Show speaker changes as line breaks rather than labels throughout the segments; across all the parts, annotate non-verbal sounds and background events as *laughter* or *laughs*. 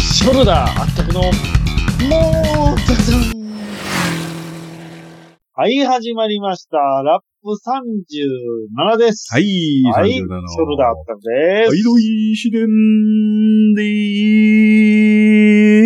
ショルダー圧着の、もう、ザザンはい、始まりました。ラップ37です。。
はいい、
はい、ショ
37
ルダー
は
圧着です。
い、どいしでんで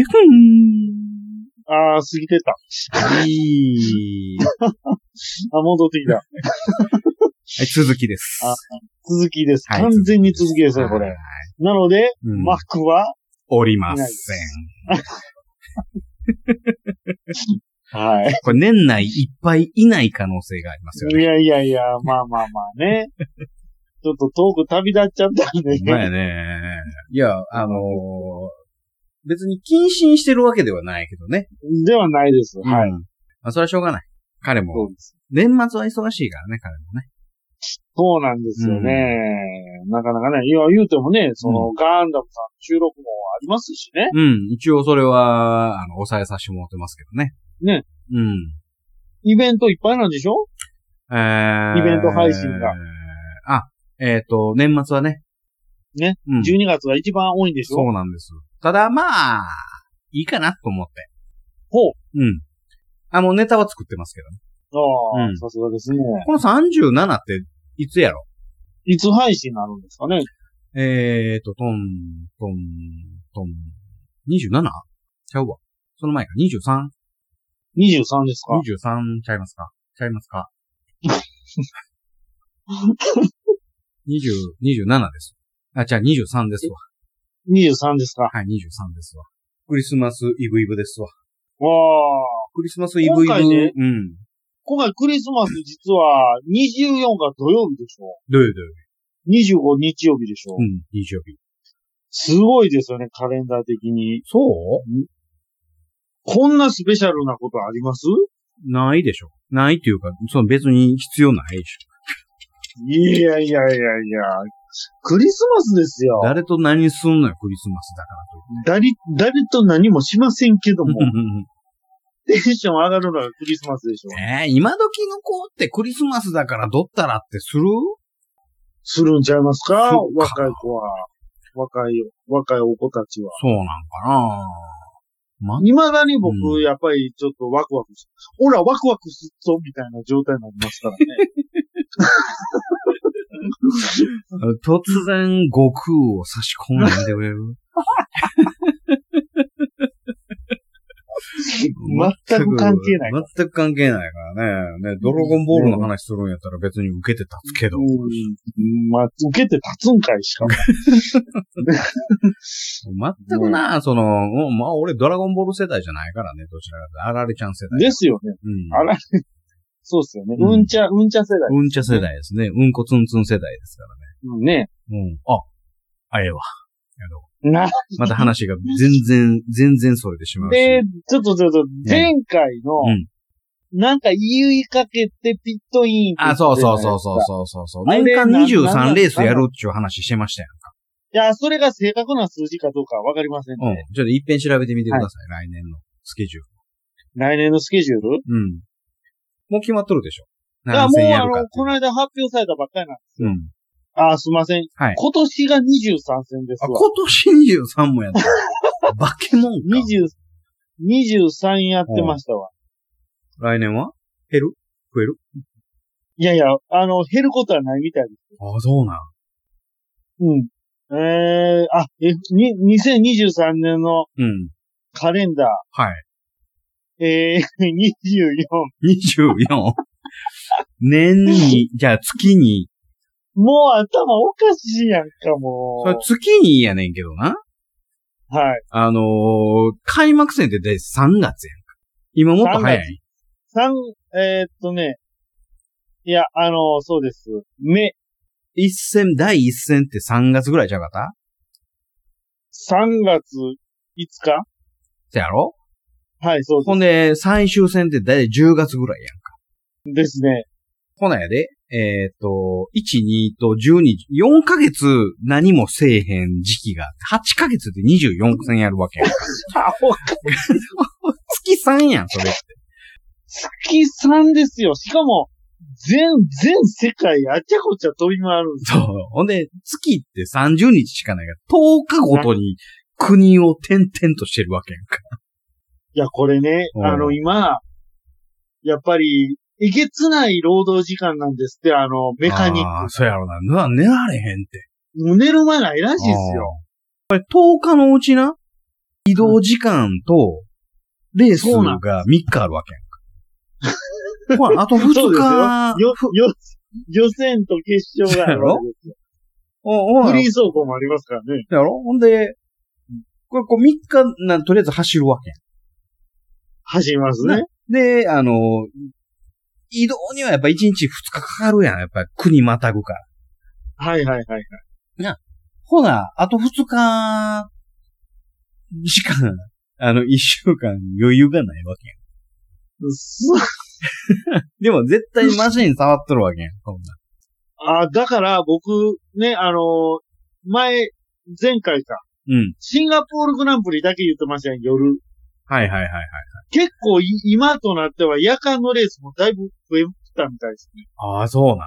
ーふん
あー、過ぎてった。
はい。
あ、戻ってきた。
はい、続きです。
あ続きです。
はい
完全に続きですね、こ
は
れ
い。
なので、
うん
マックは、
おりません。
はい。
これ年内いっぱいいない可能性がありますよ
い
ね。
やいやいや、まあまあまあ
*laughs*
ね。ちょっと遠く旅立っちゃったんで
ほんまや
ね。
ね。いや、あのー別に謹慎してるわけではないけどね。
ではないです。はい。
うん。まあ、それはしょうがない。彼
そう
も、
です。
年末は忙しいからね、彼もね。
そうなんですよね。なかなかね、いや、言うてもね、その、ガンダムさんの収録もありますしね。
*laughs* うん、一応それは、あの、抑えさせてもらってますけどね。
ね。
うん。
イベントいっぱいなんでしょ
えー
イベント配信が。
あ、えっ、と、年末はね。
ね。
うん。
?12 月が一番多いんでしょ
そうなんです。ただ、まあ、いいかなと思って。
ほう。
うん。あ、もうネタは作ってますけどね。
ああ、
うん
さすがですね。
この37って、いつやろ
いつ配信になるんですかね
えっ、と、トン、トン、トン、27? ちゃうわ。その前か、23?
?23 ですか
23ちゃいますかちゃいます
*laughs*
か20 ?27 です。あ、じゃあ23ですわ。
?23 ですか
はい、23ですわ。クリスマスイブイブですわ。
わあ。
クリスマスイブイ
今
ブ、
回ね
うん。
今回クリスマス実は24が土曜日でしょ
どういうどういう
?25 日曜日でしょ、
うん、日曜日。
すごいですよね、カレンダー的に。
そ
こんなスペシャルなことあります
うないでしょ。ないっていうか、その別に必要ないでし
いやいやいやいや、クリスマスです
ょ。
よ。
誰と何すんのよ、クリスマスだからと
誰、誰と何もしませんけども
う、ん。
テンション上がるのがクリスマスでしょ。
*laughs* えー、今時の子ってクリスマスだからどったらってする
するんちゃいますか
そうか
若い子は。若い、若いお子たちは。
そうなんかなま
未だに僕、
うん
やっぱりちょっとワクワクする。ほら、ワクワクすっぞみたいな状態になりますからね。
突然、悟空を差し込んでくれる
全く関係ない。
全く関係ないからね。ね、ドラゴンボールの話するんやったら別に受けて立つけど。
うん、まあ、受けて立つんかいしかも。
全くな、その、もうまあ俺ドラゴンボール世代じゃないからね、どちらかというと。あられちゃん世代。
ですよね。
うん。
あら、そうですよね。
うん
うんちゃ、うんちゃ世代。
うんちゃ世代ですね。うんこつんつん世代ですから
う
ね。
ん、ね。
うん。あ、あ、ええわ。あの
な
また話が全
*laughs*
然、全然それてしまうし。
で、ちょっとちょっと、前回の
うん、
なんか言いかけてピットインって言
あ、
ってたじゃ
そう
ない
そ
ですか
うそうそうそうそうそう。
あれ
年間
なんな
23
ん
レースやろうっていう話してましたよ。
いや、それが正確な数字かどうかはわかりません
うん
ね。。
ちょっと一遍調べてみてください、来年のスケジュー
来年のスケジュール
ル。うん。もう決まっとるでしょ。
いや、
何
もう
戦や
あ
るかっ
の、
て
この間発表されたばっかりなんです
いう。う
よ。
ん。
あ、すいません。
はい
今年が23戦です
あ、
わ。
今年23も *laughs* やった。バケモンか。
20 23やってましたわ。
来年は減る増える
いやいや、あの、減ることはないみたいです。
あ、そうなん。
うん。えー、あ、え、に、2023年の
うん。
カレンダ
はい。
ー、えー、24。
24。年に、じゃあ月に、
もう頭おかしいやんか、も
それ
う。
月にやねんけどな。
はい。
あのー、開幕戦って大体3月やんか。今もっと早い。
三、えーっとね。いや、あの、そうです。目、
一戦、第一戦って3月ぐらいちゃうかった
3月5日
せやろ
はい、そう
ほ
で
んで、最終戦って大体10月ぐらいやんか。
す。ですね。
ほなやで、えーっ、と、1、2と12、4ヶ月何もせえへん時期があって、8ヶ月で24戦やるわけやんか。
あ、
*laughs*
お
月3やん、それって。
月3ですよ。しかも、全、全世界あちゃこちゃ飛び回るんです
そう。ほんで、月って30日しかないから、10日ごとに国を転々としてるわけやんか。
いや、これね、
うん
あの、今、やっぱり、えげつない労働時間なんですって、あの、メカニ
あ
ッ
ーそうやろな。な寝られへんって。
ク。もう寝る間ないらしいですよ。
あー。これ10日のうちな、移動時間と、レース
そうな
が
ん
3日あるわけやんか。ほら、あと2
そうです
日、
よ、よ、予選と決勝があるわけですよ。
おお
フ
や
リー走行もありますからね。
ろほんで、これこう3日なん、とりあえず走るわけ
走りますね。
やん。で、あの、移動にはやっぱ1日2日かかるやん。やっぱり国またぐから。
はいはいはい。
ほな、あと2日、しか、あの、1週間余裕がないわけやん。
そう
でも絶対マシン触っとるわけやん。そんな。
あ、だから僕、ね、あの、前、前回か、
うん。
シンガポールグランプリだけ言ってましたよ、夜。
はいはいはいはい。
結構い、今となっては夜間のレースもだいぶ増えたみたいですね。
ああ、そうな。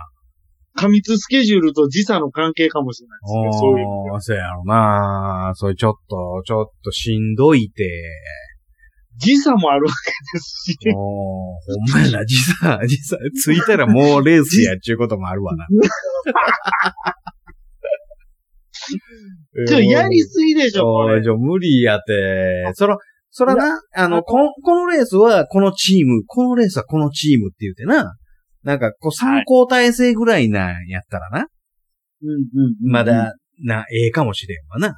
過密スケジュールと時差の関係かもしれないですね、そういう意味では。
ああ、そうやろな。そういうちょっと、ちょっとしんどい
*laughs*
て。
時差もあるわけですし、
もう、ほんまやな、時差、時差、着いたらもうレースやっちゅうこともあるわな。
*laughs* ちょ、やりすぎでしょ、こ
そう
れ。
じゃ無理やて。そら、そらな、あの、こん、このレースはこのチーム、このレースはこのチームって言うてな。なんか、こう、
は
3
い
交代制ぐらいなんやったらな。
うんうんうん
ま。だ、な、ええかもしれんわな。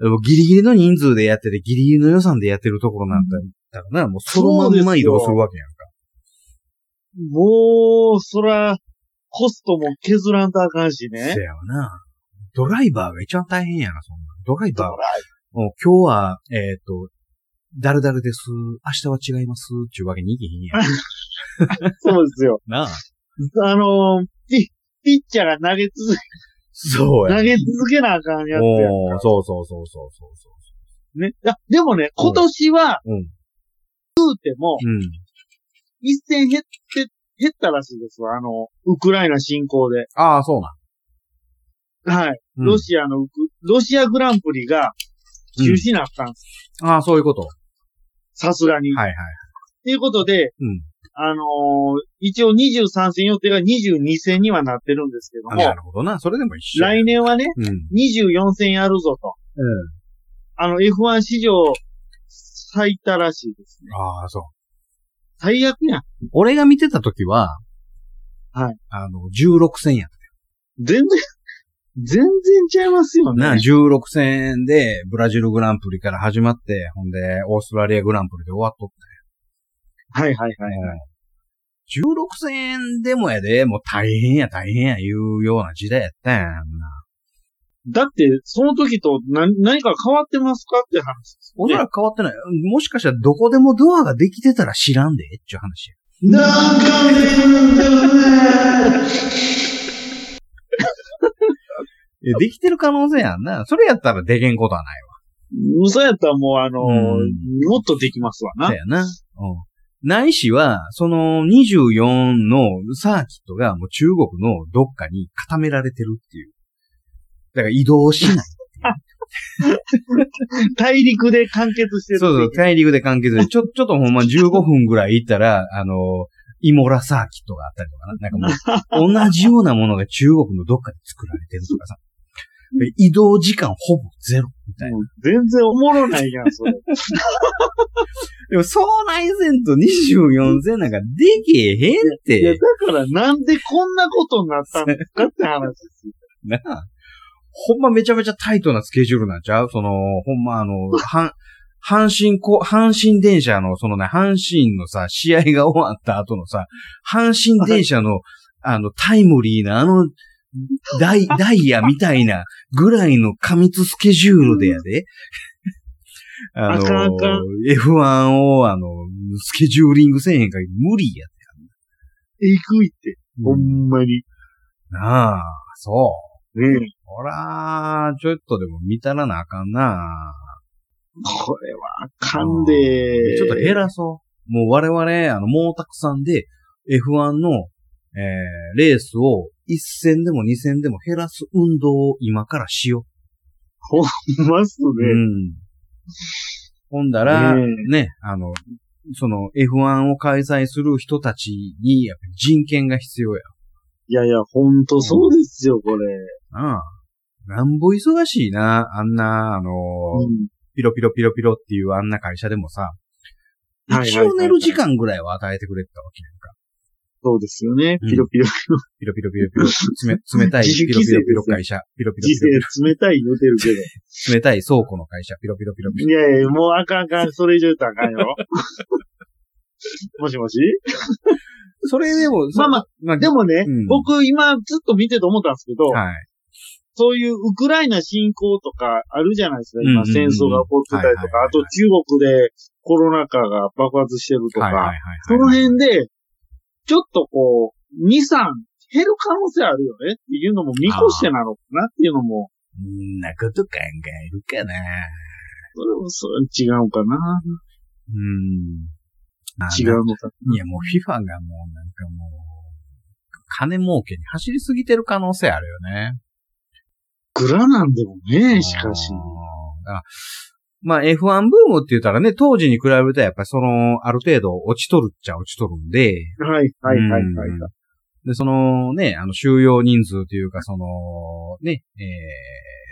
でもギリギリの人数でやってて、ギリギリの予算でやってるところなんだったらな、もうそのまんま移動するわけやんか。
もう、そら、コストも削らんとあかんしね
せ。やわな。ドライバーが一番大変やな、そんなん。ドライ
ド
バー
ライ
は、もう今日は、えっ、と、誰々です、明日は違います、ちゅうわけにいけへんやん。
そうですよ。
なあ。
あのー、ピピッチャーが投げ続
そう
け、
や。
投げ続けなあかんやつやん
おーそうそうそうそうそうそう。
ね。いや、でもね、今年は、
うん。うん。
でも、一戦減って、減ったらしいですわ。あの、ウクライナ侵攻で。
ああ、そうな。
はい。
うん
ロシアのウク、ロシアグランプリが中止になったんです。
ああ、そういうこと。は
さすがに。
いはい。
ということで、
うん。
あのー一応23戦予定が22戦にはなってるんですけど
あな
も、
るほどな。それでも一緒や。
来年はね、
うん。うん。
24戦やるぞと。あの、F1 史上最多らしいですね。
ああ、そう。
最悪やん。
俺が見てた時は、
はい。
あの、16戦やっ
全然、全然ちゃいますよ
た
ね。
な。16戦で、ブラジルグランプリから始まって、ほんで、オーストラリアグランプリで終わっとっ
はいはい
た
はい。
ね。16戦でもやで、もう大変や大変や言うような時代やったんやんな。
だって、その時と何何か変わってますかって話ですよ
お
ね、
そらく変わってない。もしかしたらどこでもドアができてたら知らんで、っていう話や。えできてる可能性やんな。それやったらでけんことはない
嘘やったらもうあのー
うん
もっとできますわな。
そうやな。うん。ないしは、その24のサーキットがもう中国のどっかに固められてるっていう。だから移動しない。
大陸で完結して
そう
る。
そう、 *laughs* 大陸で完結で、ちょ、 *laughs* ちょっとほんま15分ぐらい行ったら、あの、イモラサーキットがあったりとかな。なんかもう、同じようなものが中国のどっかで作られてるとかさ。移動時間ほぼゼロみたいな。
もう全然おもろないやん、
*laughs*
それ。
でも、そう内戦と24戦なんかできへんっ
いや、
て
だ。からなんでこんなことになったんですかって話ですよ。
なあ。ほんまめちゃめちゃタイトなスケジュールなんちゃうその、ほんまあの、阪阪神こ、阪神電車の、そのね、阪神のさ、試合が終わった後のさ、阪神電車の、あの、タイムリーな、あの、ダ
*laughs*
イ、ダイヤみたいなぐらいの過密スケジュールでやで。あの、
あかんあかん
F1 を、あの、スケジューリングせえへんから無理や
えぐいって、ほんまに。
なあ、そう。
ねえ
ほらー、ちょっとでも見たらなあかんな
これはあかんで
ちょっと減らそう。もう我々、あの、毛沢さんで F1 の、えー、レースを1戦でも2戦でも減らす運動を今からしよ
ほんまっす
う
ね。
ん。ほんだら、
ね
ね、あの、その F1 を開催する人たちに、やっぱ人権が必要や。
いやいや、ほんとそうですよ、これ。
なあ。なんぼ忙しいな、あんな、あの、
うん
ピロピロピロピロっていうあんな会社でもさ、
はいはい
一応寝る時間ぐらいは与えてくれてたわけやんか。
そうですよね。
うん
ピロピロ。
ピロピロピロ
*laughs*
ピロ、つめ冷たい
自主
ピロ
規制で
ピロ
すよ
ピロ会社、ピロピロ
時
ピ
世
ロ
冷たい言うてる
*laughs*
けど。
ピロ、冷たい倉庫の会社、ピロピロピロピロ。
いやいや、もうあかんあかん、それ以上言ったらあかんよ。 *laughs* もしもし
それでも、
まあまあ、
まあ、
でもね、
うん
僕今ずっと見てて思ったんですけど、
はい。
そういうウクライナ侵攻とかあるじゃないですか、
うんうんう
今
ん
戦争が起こってたりと
はいはいはい
か、
はい
あと中国でコロナ禍が爆発してると
はいはい
か、
はいはい。
その辺で、ちょっとこう、2、3減る可能性あるよねっていうのも見越してなのかなっていうのも、
んなこと考えるかな。
それもそれ違うかな
うん。まあ
違うのか。
いや、もう FIFA がもうなんかもう、金儲けに走りすぎてる可能性あるよね。
グラなんでもね、しかし
う。ん。だからまあ F1 ブームって言ったらね、当時に比べるとやっぱりその、ある程度落ちとるっちゃ落ちとるんで、
はい、はい、はい、はい。
うんで、そのね、あの、収容人数というか、その、ね、えー、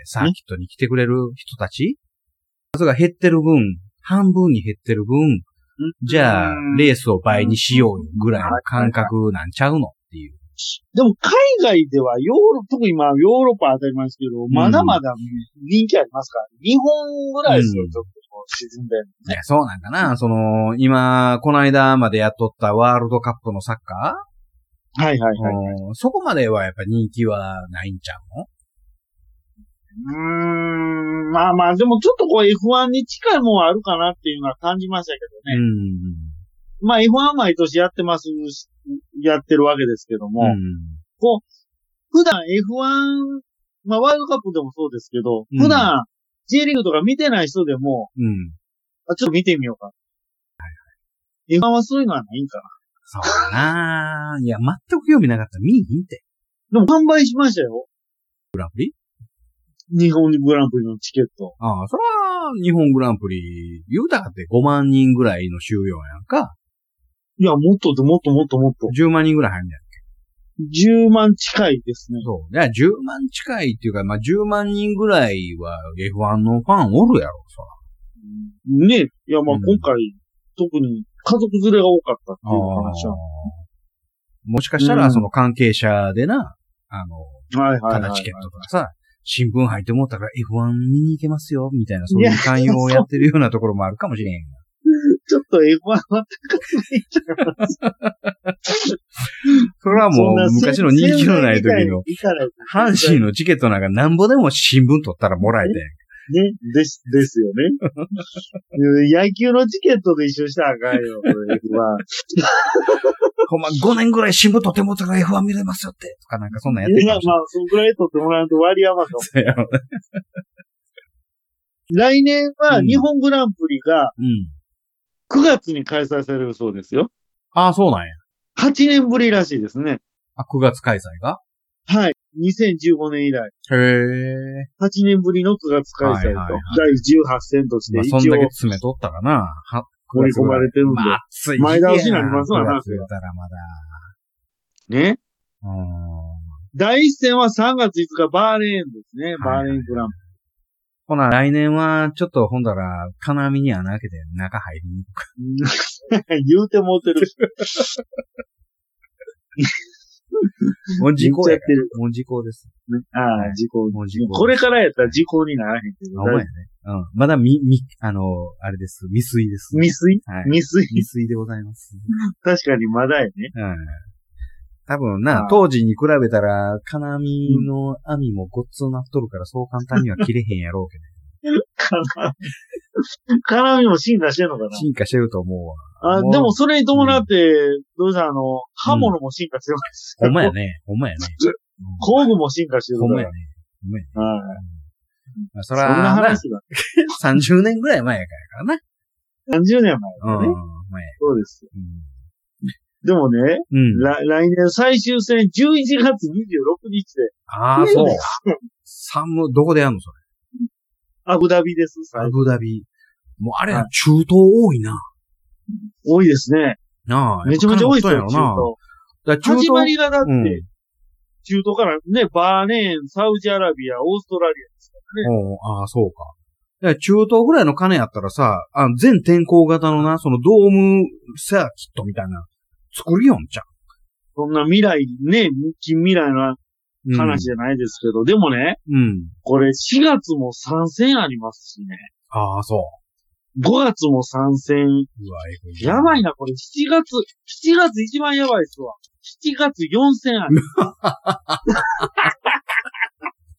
サーキットに来てくれる人たち数が減ってる分、半分に減ってる分、じゃあ
うん、
レースを倍にしようよぐらいの感覚なんちゃうのっていう。
でも海外ではヨーロッパ、特に今ヨーロッパは当たり前ですけど、まだまだ人気ありますから、日本ぐらいですよ、
うん
ちょっとこう沈んでる
いや、そうなんかな。その、今、この間までやっとったワールドカップのサッカ
の。はいはい
ー、
はい。
うんそこまではやっぱ人気はないんちゃうの
うーん、まあまあ、でもちょっとこう F1 に近いもんあるかなっていうのは感じましたけどね。
う
まあ F1 は毎年やってます、やってるわけですけども、
ん。うん。
普段 F1、まあワールドカップでもそうですけど、
うん
普段 J リーグとか見てない人でも、
うん。
あちょっと見てみようか。F1 はそういうのはないんかな。
そうだな。 *laughs* いや、全く興味なかったら見に行って。
でも販売しましたよ。
グランプリ
日本グランプリのチケット。
ああ、そら、日本グランプリ、言うたかって5万人ぐらいの収容やんか。
いや、もっとでもっともっともっと。
10万人ぐらい入るんだよ。
10万近いですね。
そう。いや、10万近いっていうか、まあ、10万人ぐらいは F1 のファンおるやろ、そら。
ねいや、まあ
うん
今回、特に家族連れが多かったっていう話は。
もしかした
う
ら、
ん
その関係者でな、あの、
はいはいは
た
いはい。
だチケットとかさ、新聞入って思ったから F1 見に行けますよ、みたいな、そういう勧誘をやってるようなところもあるかもし
*laughs*
れへん。
ちょっと F1 は高
それはもう昔の人気のない時の。阪神
の。
のチケットなんかなんぼでも新聞取ったらも
*laughs*
らえてん。
ね、です、ですよね。 *laughs* 野球のチケットと一緒したらあかんよ、これ F1。
ほんま5年ぐらい新聞取ってもったから F1 見れますよって。とかなんかそん *laughs* なんやって
い
る
や
かも、し
まあ、そのぐらい取ってもらうと割合はかも。
れない。
*laughs* 来年は
うん
日本グランプリが
うん。
9月に開催されるそうですよ。
ああ、そうなんや。
8年ぶりらしいですね。
あ、9月開催が
はい。2015年以来、
へえ。
8年ぶりの9月開催と、
はいはいはい
第18戦として
まあ、
一
そんだ
応
け、詰めとったかな。は、
盛り込まれてるんで
まあ、暑い。
前倒しになりますわ
な。
な
9月言うたらまだ。
ね。
うーん。
第1戦は3月5日、バーレーンですね。
はい
バーレーングランプ
ほな、来年は、ちょっと、ほんだら、金網に穴開けて中入りに行くか。
リ。 *laughs* 言うてもうてるし。
も *laughs* う時効
言
や
っちゃってる
もう時効です。
ああ、事故。
もう時効。
これからやったら事故にならへんけ
あ、ほんまや
ど
ね。。うん。まだ、み、み、あの、あれです。未遂です。
未遂
はい。
未遂
未遂でございます。
確かにまだやね。
うん。多分
あ
な
あ、
当時に比べたら、金網の網もごっつなっとるから、そう簡単には切れへんやろうけ
絡み。絡みも進化してんのかな
ど、進化してると思うわ。
あ、
もう
でもそれに伴って、どうしたあの、刃物も進化してます。
ほんまやね。ほんまやね。
工具も進化してる
ほ
か
んまや
ら
ね。。ほんまやね。
はい。
まあ
そ
そ
ん
ら、
な
な
話が。
30年ぐらい前やからやか
30年前。
らな。うん。前。
そうです。でもね、
うん。うん。
ら来年最終戦11月26日で、
ああ、そう。寒、どこでやんのそれ。
アブダビです、
ア
最後。
ブダビ。もうあれ、
はい
中東多いな。
多いですね。
なあ。
めちゃめちゃ多いですよ、
やっ
中
ぱ金持ち
東。
だから中
始
東
まりがだって、
うん
中東からね、バーレーン、サウジアラビア、オーストラリ
おうああ、そうか。だから中東ぐらいの金やったらさ、あの全天候型のな、そのドームサーキットみたいな、作りよんじゃ
ア、そんな未来、ね、近未来の
ん。
話じゃないですけど、でもね、
うん。うん。
これ4月も参戦ありますしね。
ああ、そう。
5月も参戦。
うわ、えぐ
やばいな、これ7月、7月一番やばいっすわ。7月4戦ありま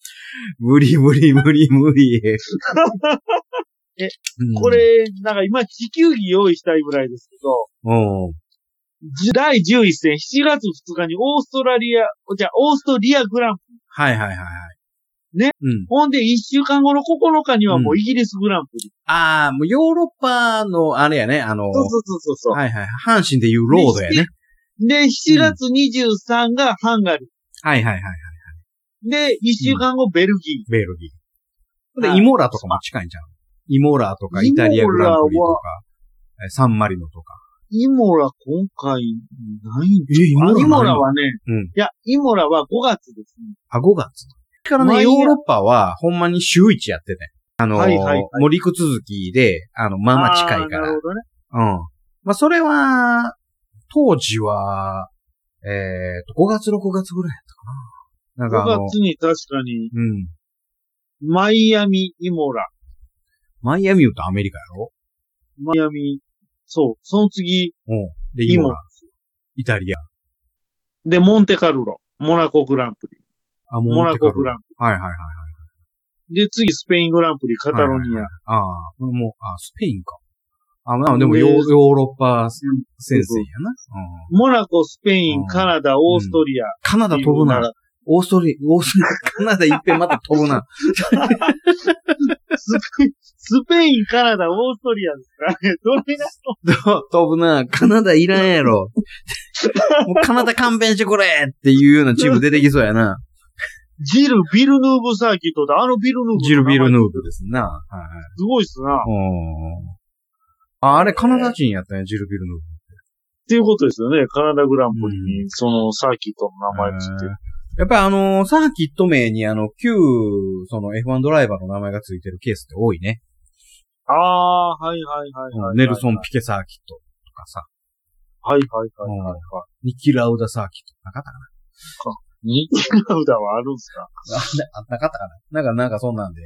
す。
無理無理無理
*laughs*
無理。
え、こ
こ
れ、
れ。
なんか今地球儀用意したいぐらいですけど、
うん。
じ第11戦、7月2日にオーストラリア、じゃあオーストリアグランプリ。
はいはいはいはい。
ね。
うん。
ほんで1週間後の9日にはもうイギリスグランプリ。
ああ、もうヨーロッパの、あれやね、あの、
そうそうそうそう。
はいはい。阪神でいうロードやね。
で、7月23がハンガリ
はいはいはいはい。
ー。で、1週間後ベルギ
ベルギー。で、
はい
イモラとかも近いんじゃん。イモラとか、イタリアグランプリとか、えサンマリノとか。
ー。イモラ今回ないん
え、イ
あイモラ
は
はね、
うん。
いや、イモラは5月ですね。
あ、5月。から
まあ
ね、
いい
ヨ
や
ーロッパは、ほんまに週一やってたよあのー、
はいはいはい
もう陸続きで、あの、まあまあ近いか
ーな
ら。うん
る。ほどね。
まあ、それは、当時は、えっ、と、5月、6月ぐらいやったかな。なんかあ
5
の、
月に確かに、
うん。
マイアミ、イモラ、
マイアミ言うとアメリカやろ
マイアミ、そう、その次、
うん。で、
イ
イ
モ
モ
ラ
ラ。。イタリア。
で、モンテカルロ、モナコグランプリ、
あ、
モナコグ
ラ。
ランプ
はいはいはい。
リ。で、次、スペイングランプリ、カタロニア。
ああ、もう、あ、スペインか。あ、まあでもヨー、
で
ヨーロッパ先生やな。うん
モナコ、スペイ
う
ン、
ん
カナダ、オーストリア。
カナダ飛ぶな。オーストリア、オー *laughs* ストリア、カナダいっぺんまた飛ぶ
*laughs*
な。
スペスペイン、カナダ、オーストリアですから *laughs* ね。どれが
飛ぶな。カナダいらん
*laughs*
やろ。もうカナダ勘弁してくれっていうようなチーム出てきそうやな。
ジル・ビルヌーブサーキットで、あのビルヌーブ。
ジル・ビル・ヌーブですな。はいはい。
すごいっすな。っ
うんあ、あれカナダ人やったね、ジル・ビル・ヌーブ。
ていうことですよね。カナダグランプリに、そのサーキットの名前ついて
えー。やっぱりあのーサーキット名にあの、旧、その F1 ドライバーの名前がついてるケースって多いね。
ああー、はいはいはいはい。
ネルソン・。ピケサーキットとかさ、
はいはいはいはいはい。
ニッキー・ラウダサーキットなかったか
ニッキーラウダはあるんすか
な *laughs* あなかったかななんか、なんかそんなんで、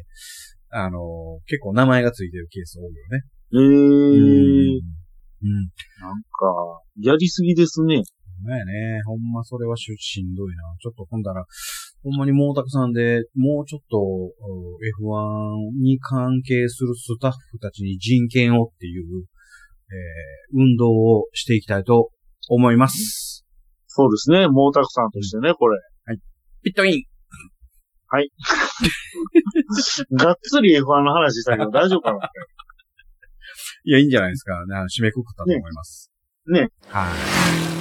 あのー結構名前がついてるケース多いよね。
ええ
う
ー、
ん。
なんか、やりすぎですね。
ほんまやね。ほんまそれはししんどいな。ちょっとほんだら、ほんまに毛沢さんで、もうちょっとうん F1 に関係するスタッフたちに人権をっていう、えー運動をしていきたいと思います。
そうですね。毛沢さんとしてね、これ。
ピットイン
がっつり F1 の話したけど大丈夫かない
や、いいんじゃないですか。な締めくくったと思います。
ねね
はい。